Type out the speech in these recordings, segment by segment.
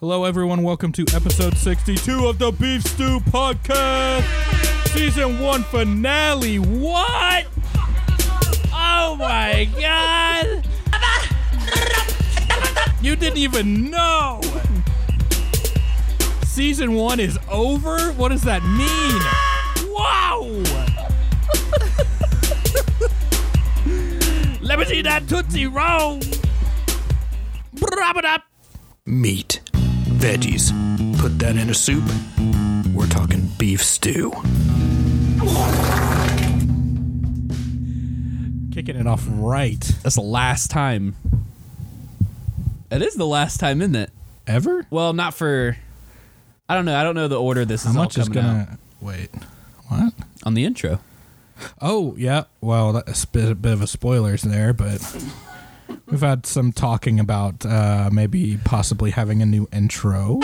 Hello, everyone. Welcome to episode 62 of the Beef Stew Podcast, season one finale. What? Oh my god! You didn't even know! Season one is over? What does that mean? Wow! Let me see that Tootsie Roll! Brab it up! meat, veggies. Put that in a soup. We're talking beef stew. Kicking it off right. That's the last time. That is the last time, isn't it? Ever? Well, not for. I don't know. I don't know the order this How is all much is coming out gonna wait? What? on the intro. Oh yeah. Well, that's a bit, a bit of a spoilers there, but we've had some talking about uh, maybe possibly having a new intro.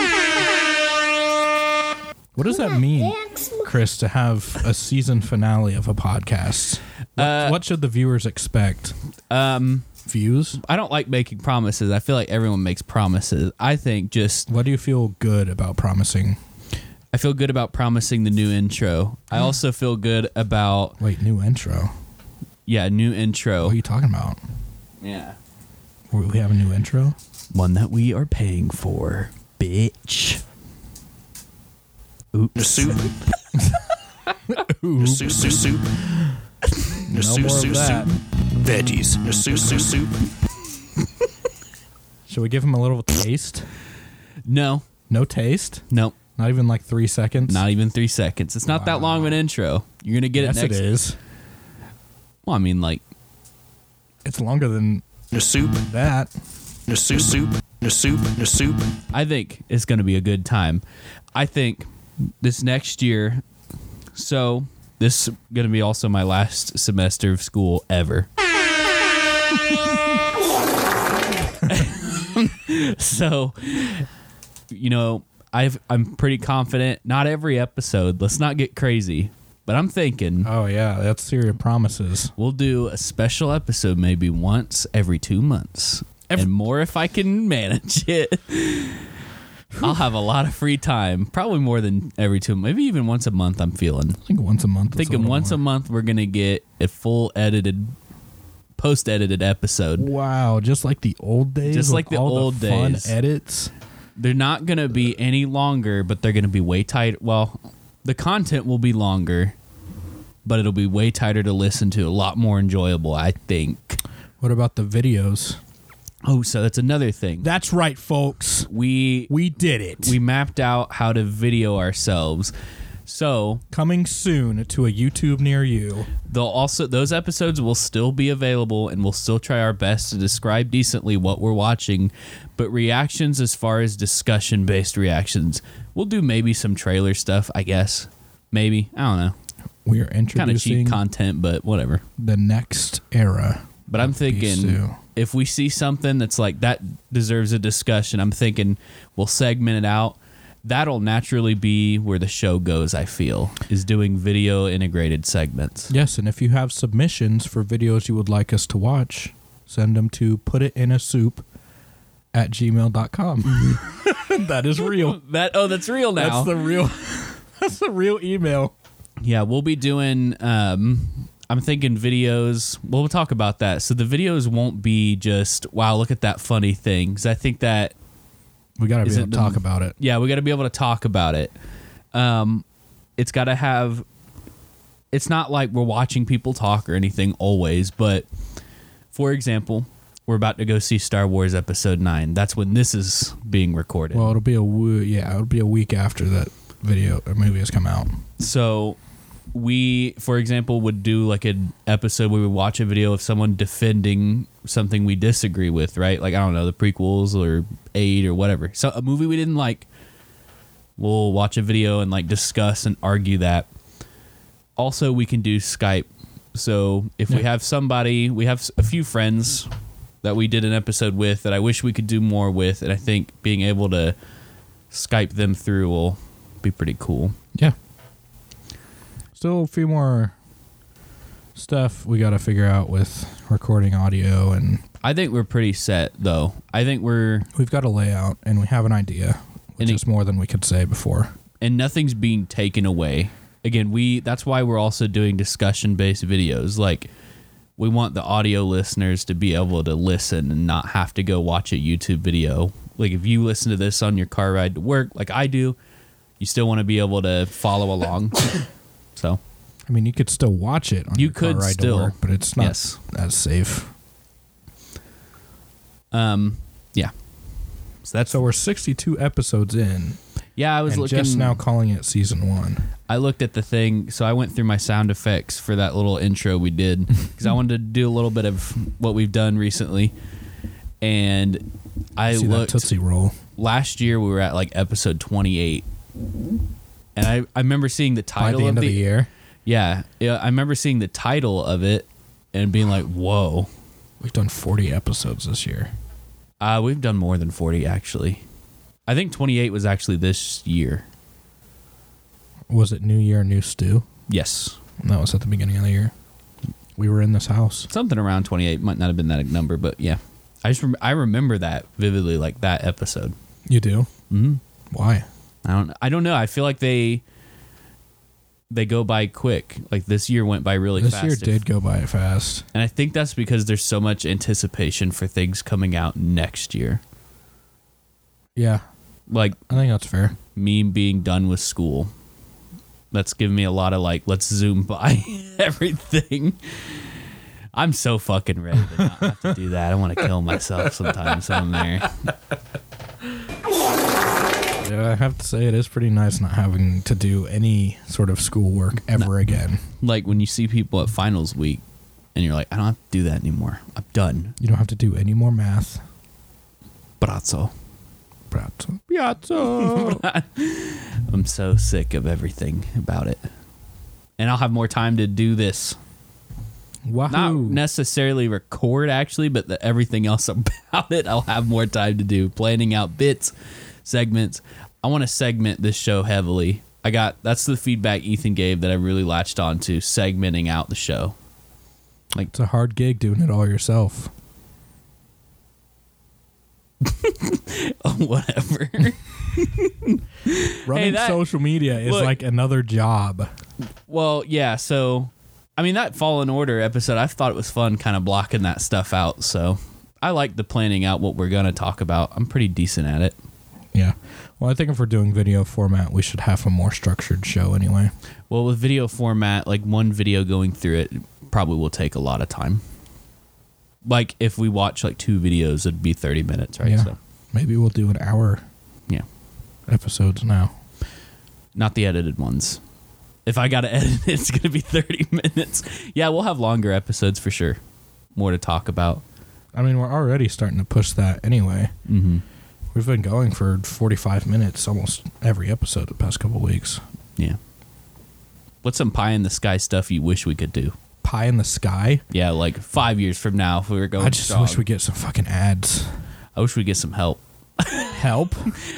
What does that mean, Chris? To have a season finale of a podcast? What, what should the viewers expect? Um, Views? I don't like making promises. I feel like everyone makes promises. I think just What do you feel good about promising? I feel good about promising the new intro. I also feel good about Wait, new intro. yeah, new What intro. are you talking about? Yeah, We have a new intro. one that we are paying for, bitch. The soup. The soup, soup, soup. The No more soup, of soup, that. soup. Veggies. The soup, soup, soup. Should we give him a little taste? No, No taste? no, Not even like three seconds? not even three seconds. It's not that long of an intro. You're gonna get yes, it next. it is. Well, I mean, like It's longer than The soup. that. The soup, soup. The soup, the soup. I think it's going to be a good time. I think this next year, so this is going to be also my last semester of school ever. so, you know, I've, I'm pretty confident. Not every episode, let's not get crazy, but I'm thinking Oh yeah, that's serious promises. we'll do a special episode maybe once every two months. and more if I can manage it. I'll have a lot of free time, probably more than every two, maybe even once a month. I'm feeling I think once a month. is a thinking little once a more. month we're gonna get a full edited, post edited episode. Wow, just like the old days. Just with like the all old the fun days. edits. They're not gonna be any longer, but they're gonna be way tight. Well, the content will be longer, but it'll be way tighter to listen to, a lot more enjoyable, I think. What about the videos? Oh, so that's another thing. That's right, folks. we We did it. we mapped out how to video ourselves. So coming soon to a YouTube near you. they'll also those episodes will still be available and we'll still try our best to describe decently what we're watching, but reactions as far as discussion based reactions. We'll do maybe some trailer stuff, I guess. Maybe. I don't know. We are Kind of introducing cheap content, but whatever. the next era. But I'm thinking Sue. if we see something that's like that deserves a discussion, I'm thinking we'll segment it out. That'll naturally be where the show goes, I feel, is doing video integrated segments. Yes, and if you have submissions for videos you would like us to watch, send them to put it in a soup at gmail.com. Mm-hmm. that is real. That oh, that's real now. That's the real That's the real email. yeah, we'll be doing um I'm thinking videos. We'll talk about that. So the videos won't be just wow, look at that funny thing. 'Cause I think that We gotta be Is able it to the- talk about it. yeah, we got to be able to talk about it. Um, it's got to have. It's not like we're watching people talk or anything always, but for example, we're about to go see Star Wars Episode Nine. That's when this is being recorded. Well, it'll be a wo- yeah, it'll be a week after that video or movie has come out. so we, for example, would do like an episode where we watch a video of someone defending something we disagree with, right? Like I don't know, the prequels or Eight or whatever. So a movie we didn't like. We'll watch a video and like discuss and argue that. Also, we can do Skype. So if we Yeah. have somebody, we have s- a few friends that we did an episode with that I wish we could do more with, and I think being able to Skype them through will be pretty cool. Yeah. Still a few more stuff we gotta figure out with recording audio and I think we're pretty set though. I think we're We've got a layout and we have an idea, which And it- is more than we could say before. and nothing's being taken away. Again, we that's why we're also doing discussion based videos. Like we want the audio listeners to be able to listen and not have to go watch a YouTube video. Like if you listen to this on your car ride to work, like I do, you still want to be able to follow along. so I mean, you could still watch it. On You your car could ride still. to work, but it's not Yes. as safe. um yeah. So that's So we're 62 episodes in, yeah, I was and looking just now calling it season one. I looked at the thing, so I went through my sound effects for that little intro we did because I wanted to do a little bit of what we've done recently. And I See looked that Tootsie Roll. last year, we were at like episode 28. And I, I remember seeing the By title the end of of the year, Yeah, yeah, I remember seeing the title of it and being like, "Whoa, we've done 40 episodes this year. uh, we've done more than forty actually." I think twenty eight was actually this year. Was it New Year, New Stew? Yes, That was at the beginning of the year. We were in this house. something around 28 might not have been that number but yeah i just rem- i remember that vividly like that episode You do? Mhm. Why? i don't i don't know i feel like they they go by quick like this year went by really this fast year did go by fast. and i think that's because there's so much anticipation for things coming out next year Yeah, like I think that's fair. me being done with school that's giving me a lot of like let's zoom by everything i'm so fucking ready to not have to do that i want to kill myself sometimes i'm there Yeah, I have to say it is pretty nice not having to do any sort of schoolwork ever again. like when you see people at finals week and you're like, I don't have to do that anymore. I'm done. You don't have to do any more math. Brazzo. Piazza. I'm so sick of everything about it. And I'll have more time to do this. Not Wahoo. necessarily record, actually, but the, everything else about it, I'll have more time to do. Planning out bits, segments. I want to segment this show heavily. I got that's the feedback Ethan gave that I really latched on to segmenting out the show. it's a hard gig doing it all yourself. Whatever. Running that- social media is look. like another job. Well, yeah. So, I mean, that Fallen Order episode, I thought it was fun kind of blocking that stuff out. So, I like the planning out what we're going to talk about. I'm pretty decent at it. Yeah. Well, I think if we're doing video format, we should have a more structured show anyway. Well, with video format, like one video going through it probably will take a lot of time. Like, if we watch like two videos, it'd be 30 minutes, right? yeah. So, Maybe we'll do an hour yeah. episodes now. Not the edited ones. If I got to edit it, it's going to be 30 minutes. Yeah, we'll have longer episodes for sure. More to talk about. I mean, we're already starting to push that anyway. Mm-hmm. We've been going for 45 minutes almost every episode the past couple weeks. Yeah. What's some pie in the sky stuff you wish we could do? Pie in the sky. Yeah, like five years from now, if we were going. I just strong. wish we get some fucking ads. I wish we get some help. Help?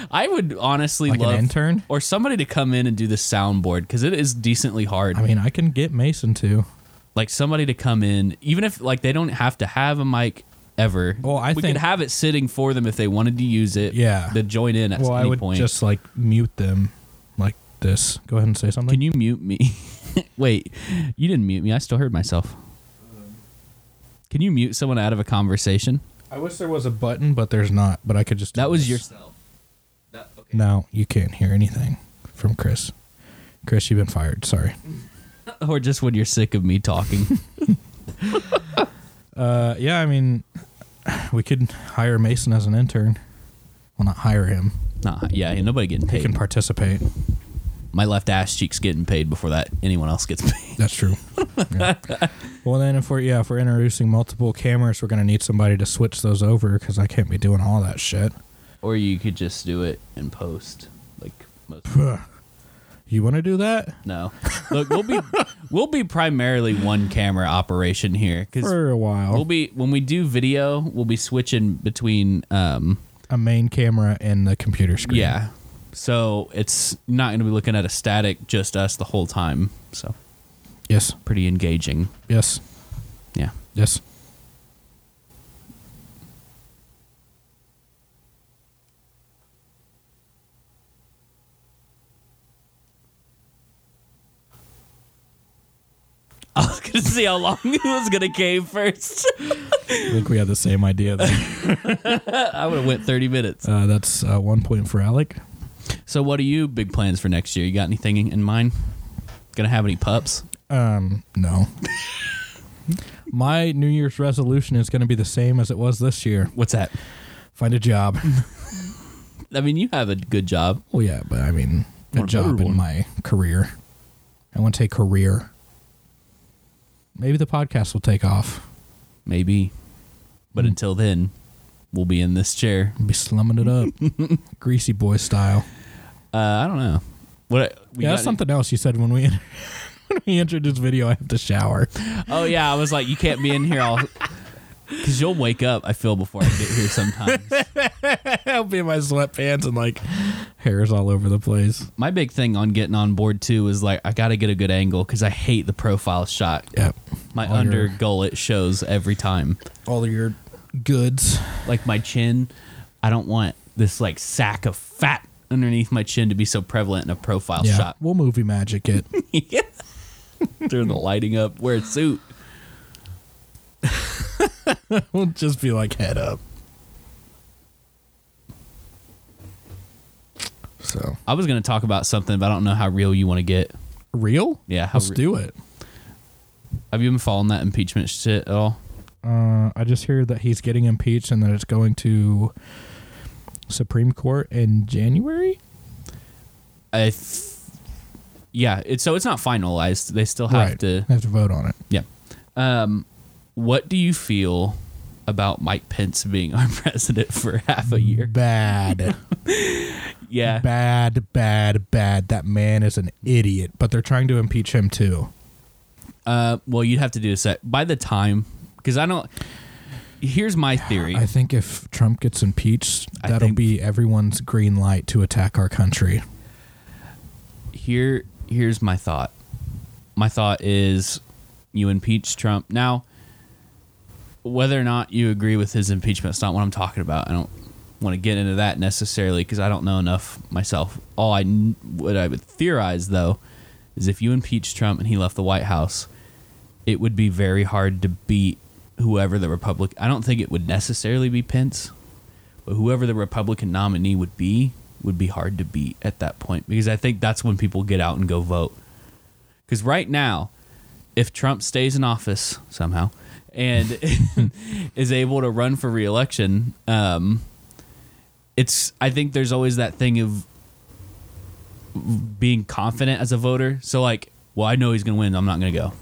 I would honestly Like an love intern? or somebody to come in and do the soundboard because it is decently hard. I mean, I can get Mason to. like somebody to come in, even if like they don't have to have a mic ever. Well, I we think- could have it sitting for them if they wanted to use it. Yeah. to join in at well, I any would point. just like mute them like this. Go ahead and say something. Can you mute me? Wait, you didn't mute me. I still heard myself. Can you mute someone out of a conversation? I wish there was a button, but there's not. But I could just. do That was this. your. No, you can't hear anything from Chris. Chris, you've been fired. Sorry. or just when you're sick of me talking. Uh, yeah, I mean, we could hire Mason as an intern. Well, not hire him. nah, yeah, ain't nobody getting He paid. can participate. My left ass cheek's getting paid before that anyone else gets paid. That's true. Yeah. well, then if we're yeah if we're introducing multiple cameras, we're gonna need somebody to switch those over because I can't be doing all that shit. Or you could just do it and post, like most. You want to do that No, look, we'll be we'll be primarily one camera operation here because for a while? we'll be when we do video, we'll be switching between. um a main camera and the computer screen. Yeah, so it's not going to be looking at a static just us the whole time. So Yes. pretty engaging. Yes. Yeah. Yes. I was gonna see how long it was gonna cave first. I think we had the same idea. There. I would have went thirty minutes. Uh, that's uh, one point for Alec. So, what are you big plans for next year? You got anything in in mind? Gonna have any pups? Um, no. My New Year's resolution is going to be the same as it was this year. What's that? Find a job. I mean, you have a good job. well, yeah, but I mean, a Want a job better in one. my career. I want to take career. Maybe the podcast will take off. Maybe. But Hmm. until then, we'll be in this chair. Be slumming it up, greasy boy style. Uh, I don't know. What? We yeah, got that's something else you said when we when we entered this video. I have to shower. Oh yeah, I was like, you can't be in here all. Because you'll wake up, I feel, before I get here sometimes. I'll be in my sweatpants and like hairs all over the place. My big thing on getting on board too is like, I got to get a good angle because I hate the profile shot. Yeah, My All under your- gullet shows every time. all your goods. Like my chin, I don't want this like sack of fat underneath my chin to be so prevalent in a profile yeah, shot. we'll movie magic it. During the lighting up, wear a suit. we'll just be like head up. So I was going to talk about something, but I don't know how real you want to get. real? Yeah, how let's re- do it. Have you been following that impeachment shit at all? Uh, I just hear that he's getting impeached and that it's going to Supreme Court in January. I th- yeah, it's so it's not finalized. They still have to. have to vote on it. Yeah. Um, what do you feel about Mike Pence being our president for half a year? Bad. Yeah. bad, bad, bad. That man is an idiot, but they're trying to impeach him too. Uh, well, you'd have to do a set by the time because I don't. Here's my theory. I think if Trump gets impeached, I that'll think- be everyone's green light to attack our country. Here, here's my thought. My thought is, you impeach Trump now. Whether or not you agree with his impeachment, it's not what I'm talking about. I don't want to get into that necessarily because I don't know enough myself. All I kn- what I would theorize though is if you impeach Trump and he left the White House, it would be very hard to beat whoever the Republic. I don't think it would necessarily be Pence, but whoever the Republican nominee would be would be hard to beat at that point because I think that's when people get out and go vote. Because right now, if Trump stays in office somehow and is able to run for reelection, um, it's I think there's always that thing of being confident as a voter. So like, well, I know he's gonna win. I'm not gonna go,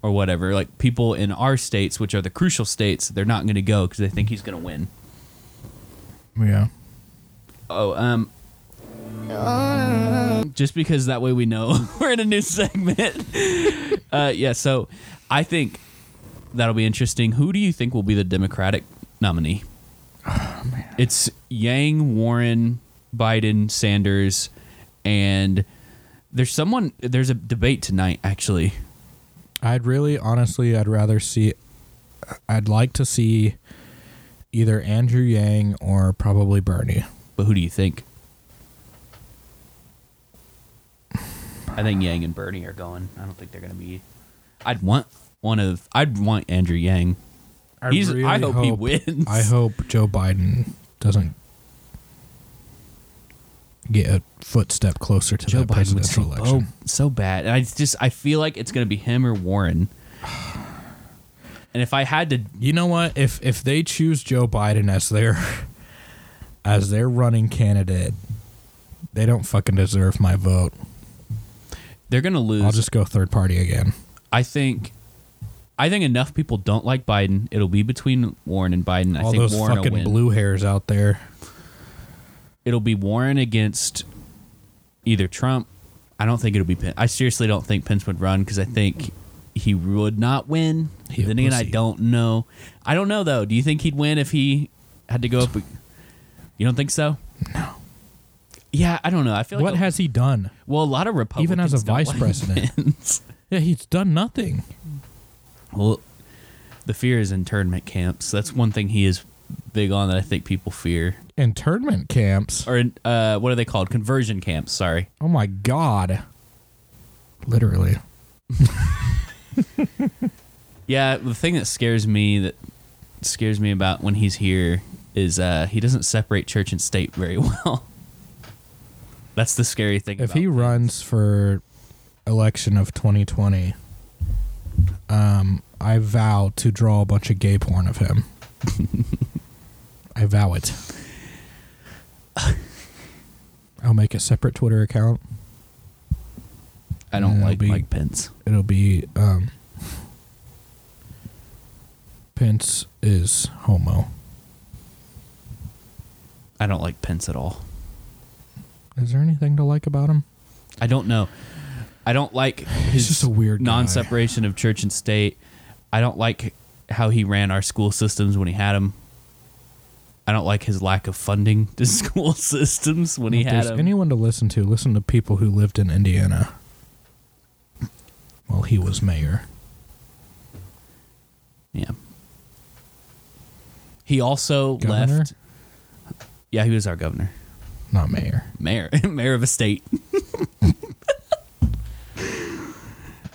or whatever. Like people in our states, which are the crucial states, they're not gonna go because they think he's gonna win. Yeah. Oh, um. Just because that way we know we're in a new segment. uh, yeah, so I think that'll be interesting. Who do you think will be the Democratic nominee? It's Yang, Warren, Biden, Sanders, and there's someone, there's a debate tonight, actually. I'd really, honestly, I'd rather see, I'd like to see either Andrew Yang or probably Bernie. But who do you think? I think Yang and Bernie are going. I don't think they're going to be. I'd want one of. I'd want Andrew Yang. I, He's- I hope he wins. I hope Joe Biden doesn't get a footstep closer to that presidential election. "Oh, so bad." And I just I feel like it's going to be him or Warren. And if I had to, You know what? If if they choose Joe Biden as their as their running candidate, they don't fucking deserve my vote. they're going to lose. I'll just go third party again. I think. I think enough people don't like Biden. It'll be between Warren and Biden. I All think those Warren will fucking win. blue hairs out there. it'll be Warren against either Trump. I don't think it'll be Pence. I seriously don't think Pence would run because I think he would not win. He a then again, I pussy. don't know. I don't know though. Do you think he'd win if he had to go up? a- You don't think so? No. Yeah, I don't know. I feel What like has he done? well, a lot of Republicans Even as a don't vice like president. Pence. Yeah, he's done nothing. Well, the fear is internment camps. That's one thing he is big on that I think people fear. Internment camps. Or uh, what are they called? Conversion camps. Sorry. Oh my god. Literally. yeah, the thing that scares me that scares me about when he's here is uh, he doesn't separate church and state very well. That's the scary thing. If about he him. runs for election of 2020, um, I vow to draw a bunch of gay porn of him. I vow it. I'll make a separate Twitter account. I don't Yeah, like be- Mike Pence. It'll be um, Pence is homo. I don't like Pence at all. Is there anything to like about him? I don't know. I don't like his just a weird guy. non-separation of church and state. I don't like how he ran our school systems when he had them. I don't like his lack of funding to school systems when he if had there's them. anyone to listen to, listen to people who lived in Indiana while he was mayor. yeah. He also Governor? left. Yeah, he was our governor, Not mayor. mayor, mayor of a state.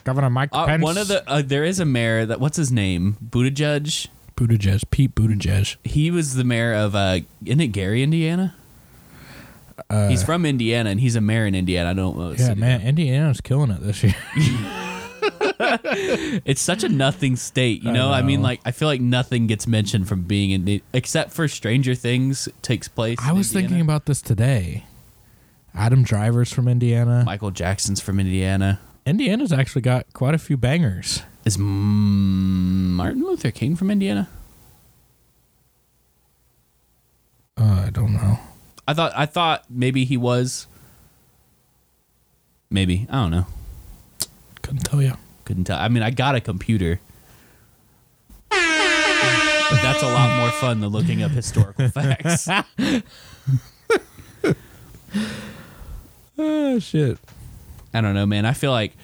Governor Mike Uh, Pence. one of the uh, there is a mayor that what's his name? Buttigieg. Buttigieg, Pete Buttigieg. He was the mayor of uh, isn't it Gary, Indiana? he's from Indiana and he's a mayor in Indiana. I don't know. what Uh, Yeah, city. man, Indiana's killing it this year. It's such a nothing state, you I know? I, mean, know. like I feel like nothing gets mentioned from being in the, except for Stranger Things takes place. I in was Indiana. thinking about this today. Adam Driver's from Indiana. Michael Jackson's from Indiana. Indiana's actually got quite a few bangers. Is mm, Martin Luther King from Indiana? Uh, I don't know. I thought I thought maybe he was. Maybe I don't know. Couldn't tell you. Couldn't tell. I mean, I got a computer. But that's a lot more fun than looking up historical facts. Oh shit. I don't know, man. I feel like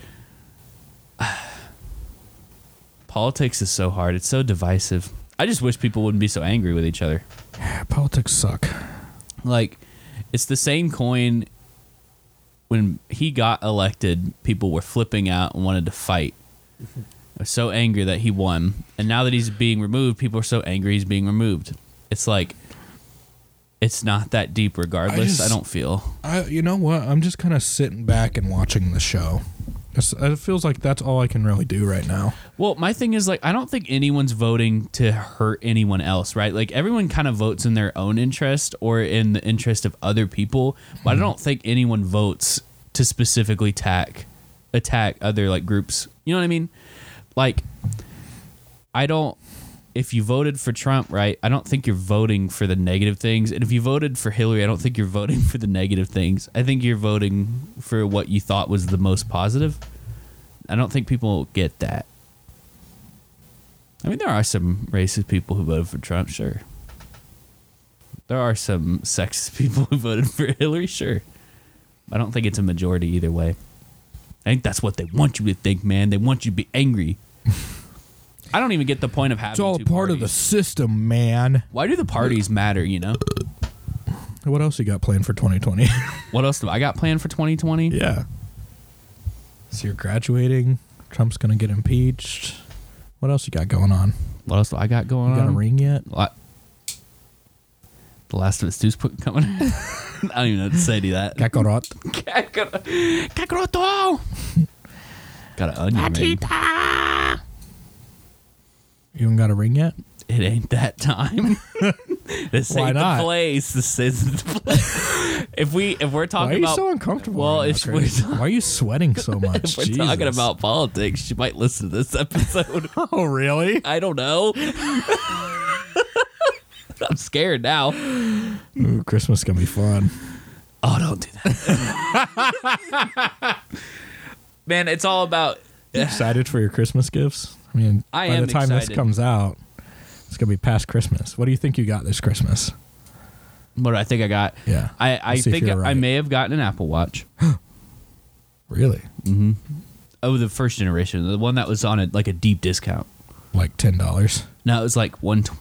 politics is so hard. It's so divisive. I just wish people wouldn't be so angry with each other. Politics suck. Like, it's the same coin. When he got elected, people were flipping out and wanted to fight. I was so angry that he won. And now that he's being removed, people are so angry he's being removed. It's like, it's not that deep, regardless. I, just- don't feel. I, you know what? I'm just kind of sitting back and watching the show. It's- It feels like that's all I can really do right now. Well, my thing is like I don't think anyone's voting to hurt anyone else, right? Like everyone kind of votes in their own interest or in the interest of other people, but I don't think anyone votes to specifically attack attack other like groups. You know what I mean? Like I don't if you voted for Trump, right? I don't think you're voting for the negative things. And if you voted for Hillary, I don't think you're voting for the negative things. I think you're voting for what you thought was the most positive. I don't think people get that. I mean, there are some racist people who voted for Trump, sure. There are some sexist people who voted for Hillary, sure. I don't think it's a majority either way. I think that's what they want you to think, man. They want you to be angry. I don't even get the point of having. It's all two part of the parties. system, man. Why do the parties matter? You know. What else you got planned for 2020? What else do I got planned for 2020? yeah. So you're graduating. Trump's gonna get impeached. What else you got going on? What else do I got going You got on? a ring yet? Lot- The Last of Us Two's put coming. I don't even know what to say to that. Kakarot. Kakaroto! got an onion ring. You even got a ring yet? It ain't that time. this Why ain't not? the place. This is the place. if we if we're Why are talking you about so uncomfortable? well, right now, if we're Chris? talk- why are you sweating so much? if we're Jesus. talking about politics, she might listen to this episode. Oh, really? I don't know. I'm scared now. Ooh, Christmas gonna be fun. Oh, don't do that. Man, it's all about You excited for your Christmas gifts? I mean, I by am the time excited. this comes out, it's gonna be past Christmas. What do you think you got this Christmas? what do I think I got. Yeah. I, I Let's see if think you're I right. may have gotten an Apple Watch. Really? Oh, the first generation, the one that was on a like a deep discount. Like ten dollars? No, it was like one. Tw-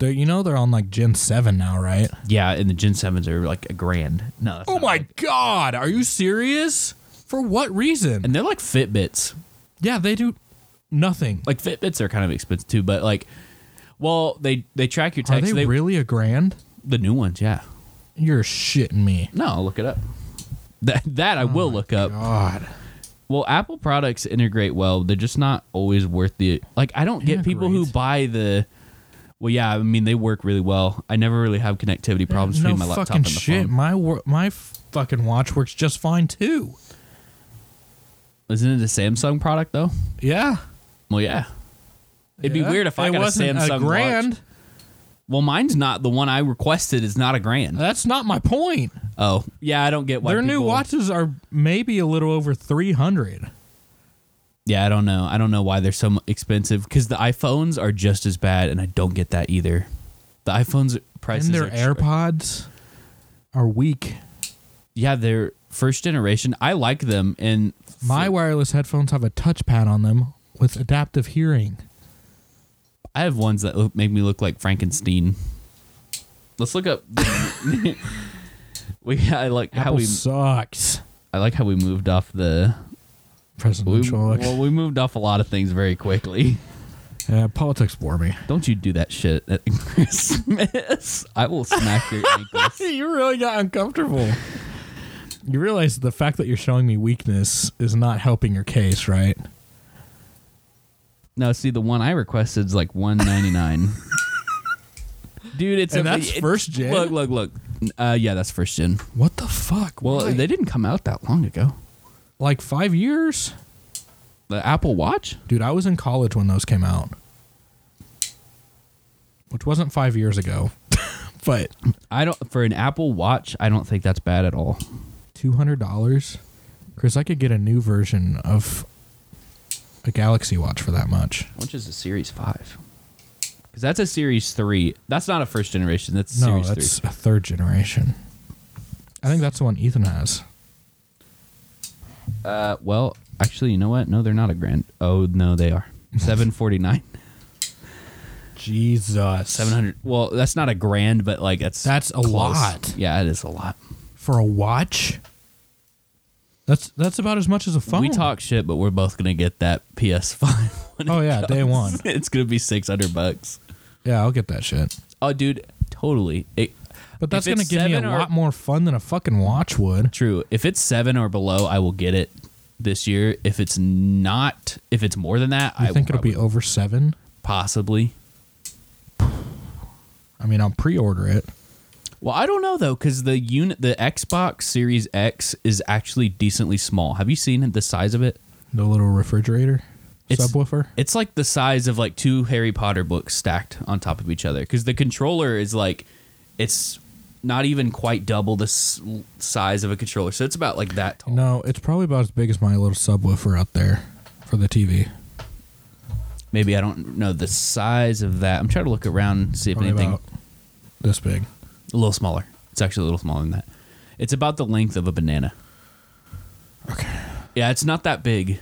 You know they're on like Gen Seven now, right? yeah, and the Gen Sevens are like a grand. No, that's Oh not my right. God! Are you serious? For what reason? And they're like Fitbits. Yeah, they do nothing. Like Fitbits are kind of expensive too, but like, well, they they track your Are text. they, really a grand? the new ones? Yeah. You're shitting me. No, I'll look it up. That that I Oh will look up. God. Well, Apple products integrate well. They're just not always worth the like. I don't get people who Integrate? buy the. Well, yeah, I mean they work really well. I never really have connectivity problems no between my laptop fucking and the shit. phone. My wor- my fucking watch works just fine too. Isn't it a Samsung product though? Yeah. Well, yeah. It'd Yeah. be weird if I it got a wasn't Samsung grand. watch. Well, mine's not the one I requested. Is not a grand. That's not my point. oh, yeah, I don't get why Uh, Their new people- watches are maybe a little over 300. Yeah, I don't know. I don't know why they're so mu- expensive because the iPhones are just as bad, and I don't get that either. The iPhones prices and their are tr- AirPods are weak. yeah, they're first generation. I like them, and My wireless headphones have a touchpad on them with adaptive hearing. I have ones that look, make me look like Frankenstein. Let's look up. we I like how Apple we sucks. I like how we moved off the we, Presidential well election. we moved off a lot of things very quickly. yeah, politics bore me. Don't you do that shit at Christmas? I will smack your ankles. you really got uncomfortable. You realize the fact that you're showing me weakness is not helping your case, right? No, see, the one I requested is like one ninety nine. Dude, it's And a, that's it- first gen? Look, look, look. Uh, yeah, that's first gen. What the fuck? Well, Why? they didn't come out that long ago. like five years, The Apple Watch? dude. I was in college when those came out, which wasn't five years ago, but I don't for an Apple Watch. I don't think that's bad at all. two hundred dollars, Chris. I could get a new version of a Galaxy Watch for that much. Which is a Series Five? Because that's a Series Three. That's not a first generation. That's a no, Series that's Three. a third generation. I think that's the one Ethan has. Uh, well, actually, you know what? No, they're not a grand. Oh no, they are seven forty nine. Jesus, Seven hundred. Well, that's not a grand, but like that's That's a close. lot. Yeah, it is a lot. for a watch. That's that's about as much as a phone. We talk shit, but we're both gonna get that PS Five. when Oh it yeah, day one. comes. it's gonna be six hundred bucks. Yeah, I'll get that shit. Oh, dude, totally. It, But that's If gonna it's give me a seven or- lot more fun than a fucking watch would. True. If it's seven or below, I will get it this year. If it's not, if it's more than that, You I think will it'll be probably- over seven? possibly. I mean, I'll pre-order it. Well, I don't know though, because the unit, the Xbox Series X is actually decently small. Have you seen the size of it? The little refrigerator, It's- subwoofer. It's like the size of like two Harry Potter books stacked on top of each other. Because the controller is like, it's not even quite double the s- size of a controller, so it's about like that tall. No, it's probably about as big as my little subwoofer out there for the TV. Maybe I don't know the size of that. I'm trying to look around and see if Probably anything. about this big. A little smaller. It's actually a little smaller than that. It's about the length of a banana. Okay, Yeah, it's not that big,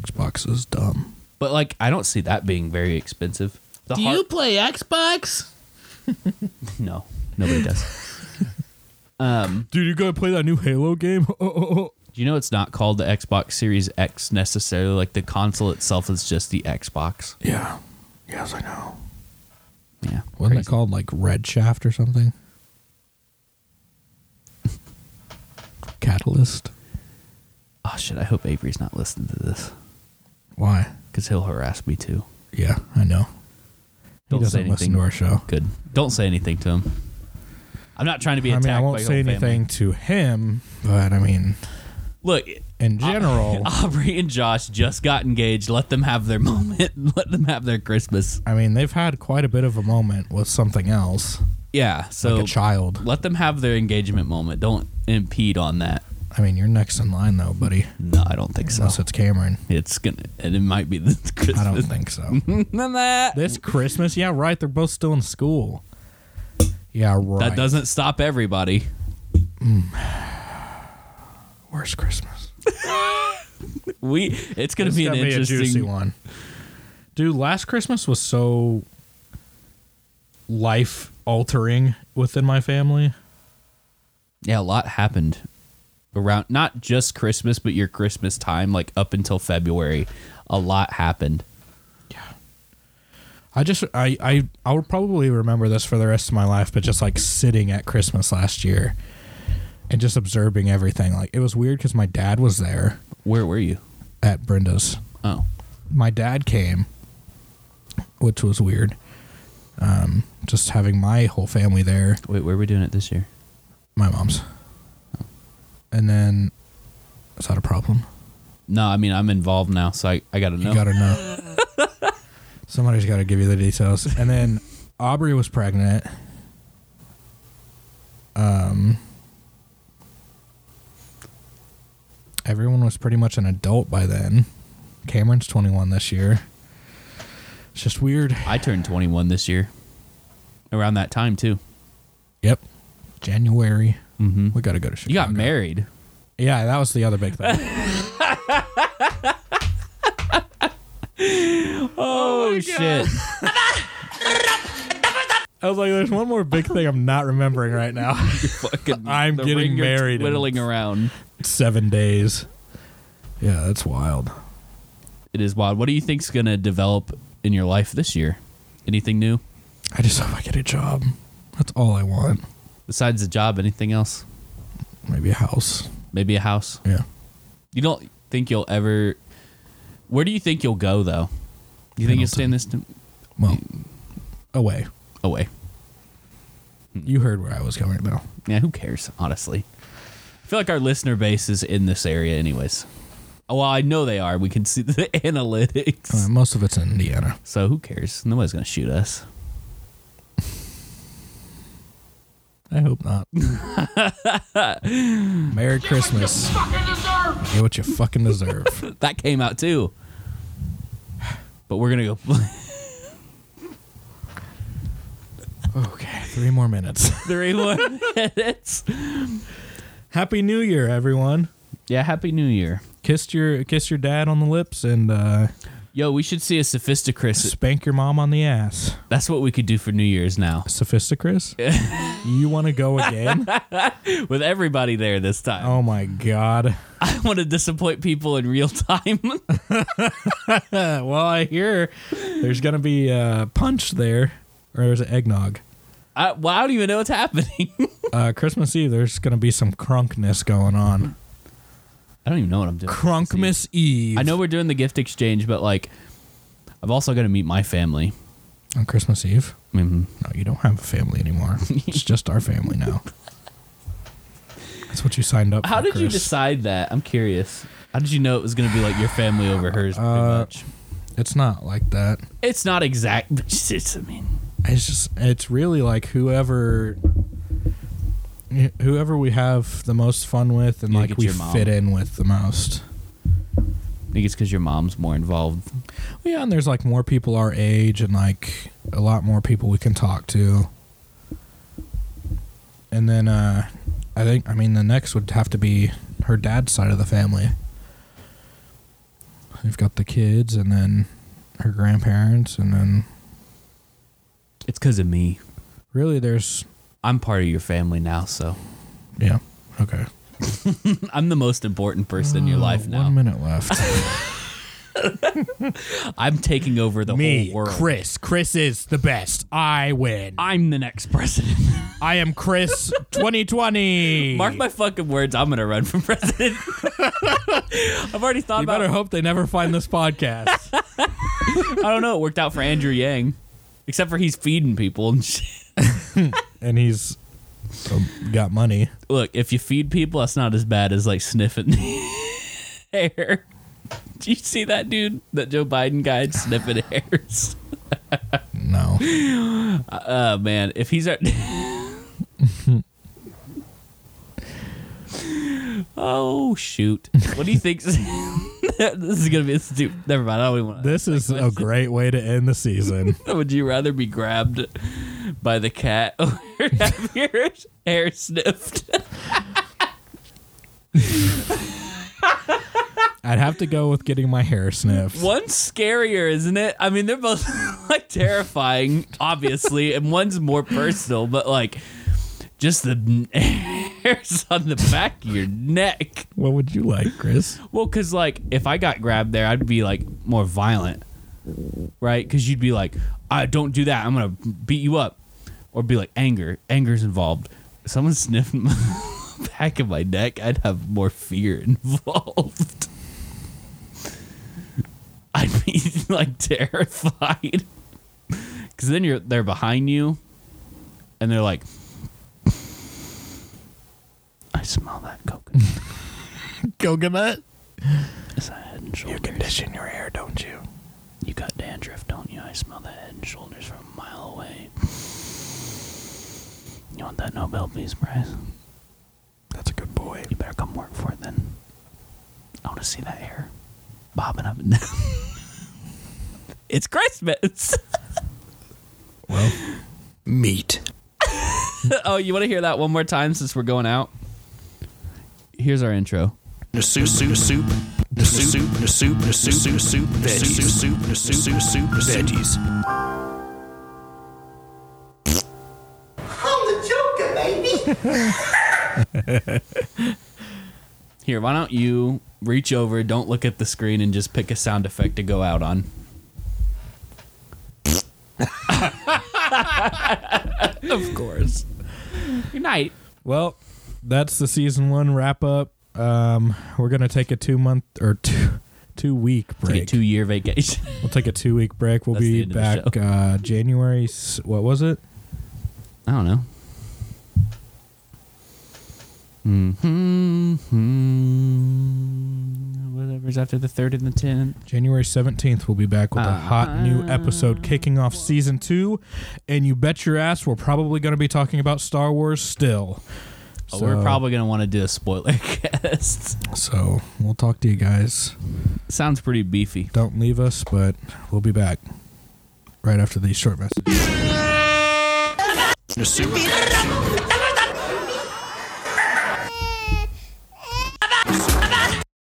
Xbox is dumb. but like I don't see that being very expensive. The Do you play Xbox? no, nobody does. Um, Dude, you gotta play that new Halo game. Do you know it's not called the Xbox Series X necessarily? Like the console itself is just the Xbox. Yeah. Yes, I know. Yeah, Wasn't crazy. it called like Red Shaft or something? Catalyst. Oh shit! I hope Avery's not listening to this Why? because he'll harass me too. Yeah, I know. Don't he doesn't say anything. listen to our show. Good. Don't say anything to him. I'm not trying to be I attacked. mean, I by won't your say whole family. anything to him, but I mean, Look, in general, Aubrey and Josh just got engaged. Let them have their moment. Let them have their Christmas. I mean, they've had quite a bit of a moment with something else, Yeah. So like a child. let them have their engagement moment. Don't impede on that. I mean, you're next in line though, buddy. No, I don't think so. Unless it's Cameron. It's gonna, and it might be the Christmas. I don't think so. Than that. this Christmas, yeah, right. They're both still in school. Yeah, right. That doesn't stop everybody. worst Christmas. We. It's gonna It's be an gonna interesting. a juicy one. Dude, last Christmas was so life altering within my family. Yeah, a lot happened. around not just Christmas, but your Christmas time, like up until February, a lot happened. I just I I I will probably remember this for the rest of my life, but just like sitting at Christmas last year and just observing everything. Like it was weird because my dad was there Where were you? at Brenda's. Oh, My dad came, which was weird. Um, just having my whole family there, wait, where are we doing it this year? my mom's, and then is that a problem? No, I mean I'm involved now, so I, I gotta know. You gotta know. Somebody's gotta give you the details. And then Aubrey was pregnant. Um, everyone was pretty much an adult by then. Cameron's 21 this year. It's just weird. I turned 21 this year, around that time too. Yep. January. Mm-hmm. We gotta go to Chicago. You got married. Yeah, that was the other big thing. Oh, shit! I was like, there's one more big thing I'm not remembering right now. Fucking, I'm the getting ring you're married in- Whittling around. Seven days. Yeah, that's wild. It is wild. What do you think's gonna develop in your life this year? Anything new I just hope I get a job. That's all I want. besides the job? Anything else? Maybe a house. Maybe a house. Yeah. You don't think you'll ever? Where do you think you'll go though? You think you'll stay in this oh, t- Well, away. away? You heard where I was going though. Yeah, who cares? Honestly, I feel like our listener base is in this area, anyways. Oh, Well, I know they are. We can see the analytics. Uh, most of it's in Indiana. So who cares? Nobody's gonna shoot us. I hope not. Merry Christmas. Get what you fucking deserve. That came out too. But we're gonna go. okay, three more minutes. Three more minutes. Happy New Year, everyone. Yeah, happy New Year. Kiss your kiss your dad on the lips and uh, Yo, we should see a Sophisticris. spank your mom on the ass. That's what we could do for New Year's now. Sophisticris? you want to go again? With everybody there this time. Oh my god. I want to disappoint people in real time. Well, I hear there's gonna be uh, punch there, or there's eggnog. I, well, I don't even know what's happening. Uh, Christmas Eve, there's gonna be some crunkness going on. I don't even know what I'm doing. Crunkmas Eve. I know we're doing the gift exchange, but like, I've also got to meet my family. on Christmas Eve. Mhm. No, you don't have a family anymore. it's just our family now. That's what you signed up. How for, did you Chris. decide that? I'm curious. How did you know it was going to be like your family over hers? Pretty much. It's not like that. It's not exact, but it's, it's- I mean, It's just. It's really like whoever. Whoever we have the most fun with, and You like get we your mom. fit in with the most. I think it's because your mom's more involved. Yeah, and there's like more people our age and like a lot more people we can talk to. And then uh I think I mean the next would have to be her dad's side of the family. We've got the kids and then her grandparents and then It's because of me. really there's I'm part of your family now, so yeah. Okay. I'm the most important person in your life Uh, One now. minute left. I'm taking over the whole world. Chris. Chris is the best. I win. I'm the next president. I am Chris 2020. Mark my fucking words. I'm gonna run for president. I've already thought You about. better hope they never find this podcast. I don't know. It worked out for Andrew Yang, except for he's feeding people and shit. and he's um, got money. Look, if you feed people, that's not as bad as like sniffing hair. Do you see that dude? That Joe Biden guy sniffing hairs. No, Oh man, if he's our. oh shoot! What do you think? this is gonna be a stupid. Never mind. I don't even want. this is a great way to end the season. Would you rather be grabbed by the cat or have your hair sniffed? I'd have to go with getting my hair sniffed. One's scarier, isn't it? I mean, they're both like terrifying, obviously, and one's more personal, but like just the hairs on the back of your neck. What would you like, Chris? Well, because like if I got grabbed there, I'd be like more violent, right? Because you'd be like, "I don't do that. I'm gonna beat you up," or be like, "Anger, anger's involved." Someone sniffed my back of my neck, I'd have more fear involved. I'd be like terrified because then you're they're behind you, and they're like. I smell that coconut. Coconut. It's a head and shoulders. Condition your hair, don't you? You got dandruff, don't you? I smell the head and shoulders from a mile away. You want that Nobel Peace Prize? That's a good boy. You better come work for it then. I want to see that hair bobbing up and down. it's Christmas. Meat. oh, you want to hear that one more time since we're going out? Here's our intro. The soup, soup, soup. The soup, the soup, the soup, the soup, the soup, soup, the soup, soup, veggies. I'm the Joker, baby. Here, why don't you reach over, don't look at the screen, and just pick a sound effect to go out on? Of course. Good night. Well, that's the season one wrap up. Um, we're gonna take a two month or two two week Take break. a two year vacation. we'll take a two week break. We'll That's the be end of the back uh, January. s- What was it? I don't know. Mm-hmm. Whatever's after the third and the tenth. January seventeenth. We'll be back with a Uh-huh. hot new episode kicking off season two, and you bet your ass we're probably gonna be talking about Star Wars still. Oh, We're So- probably gonna want to do a spoiler cast. So we'll talk to you guys. Sounds pretty beefy. Don't leave us, but we'll be back right after these short messages. The soup.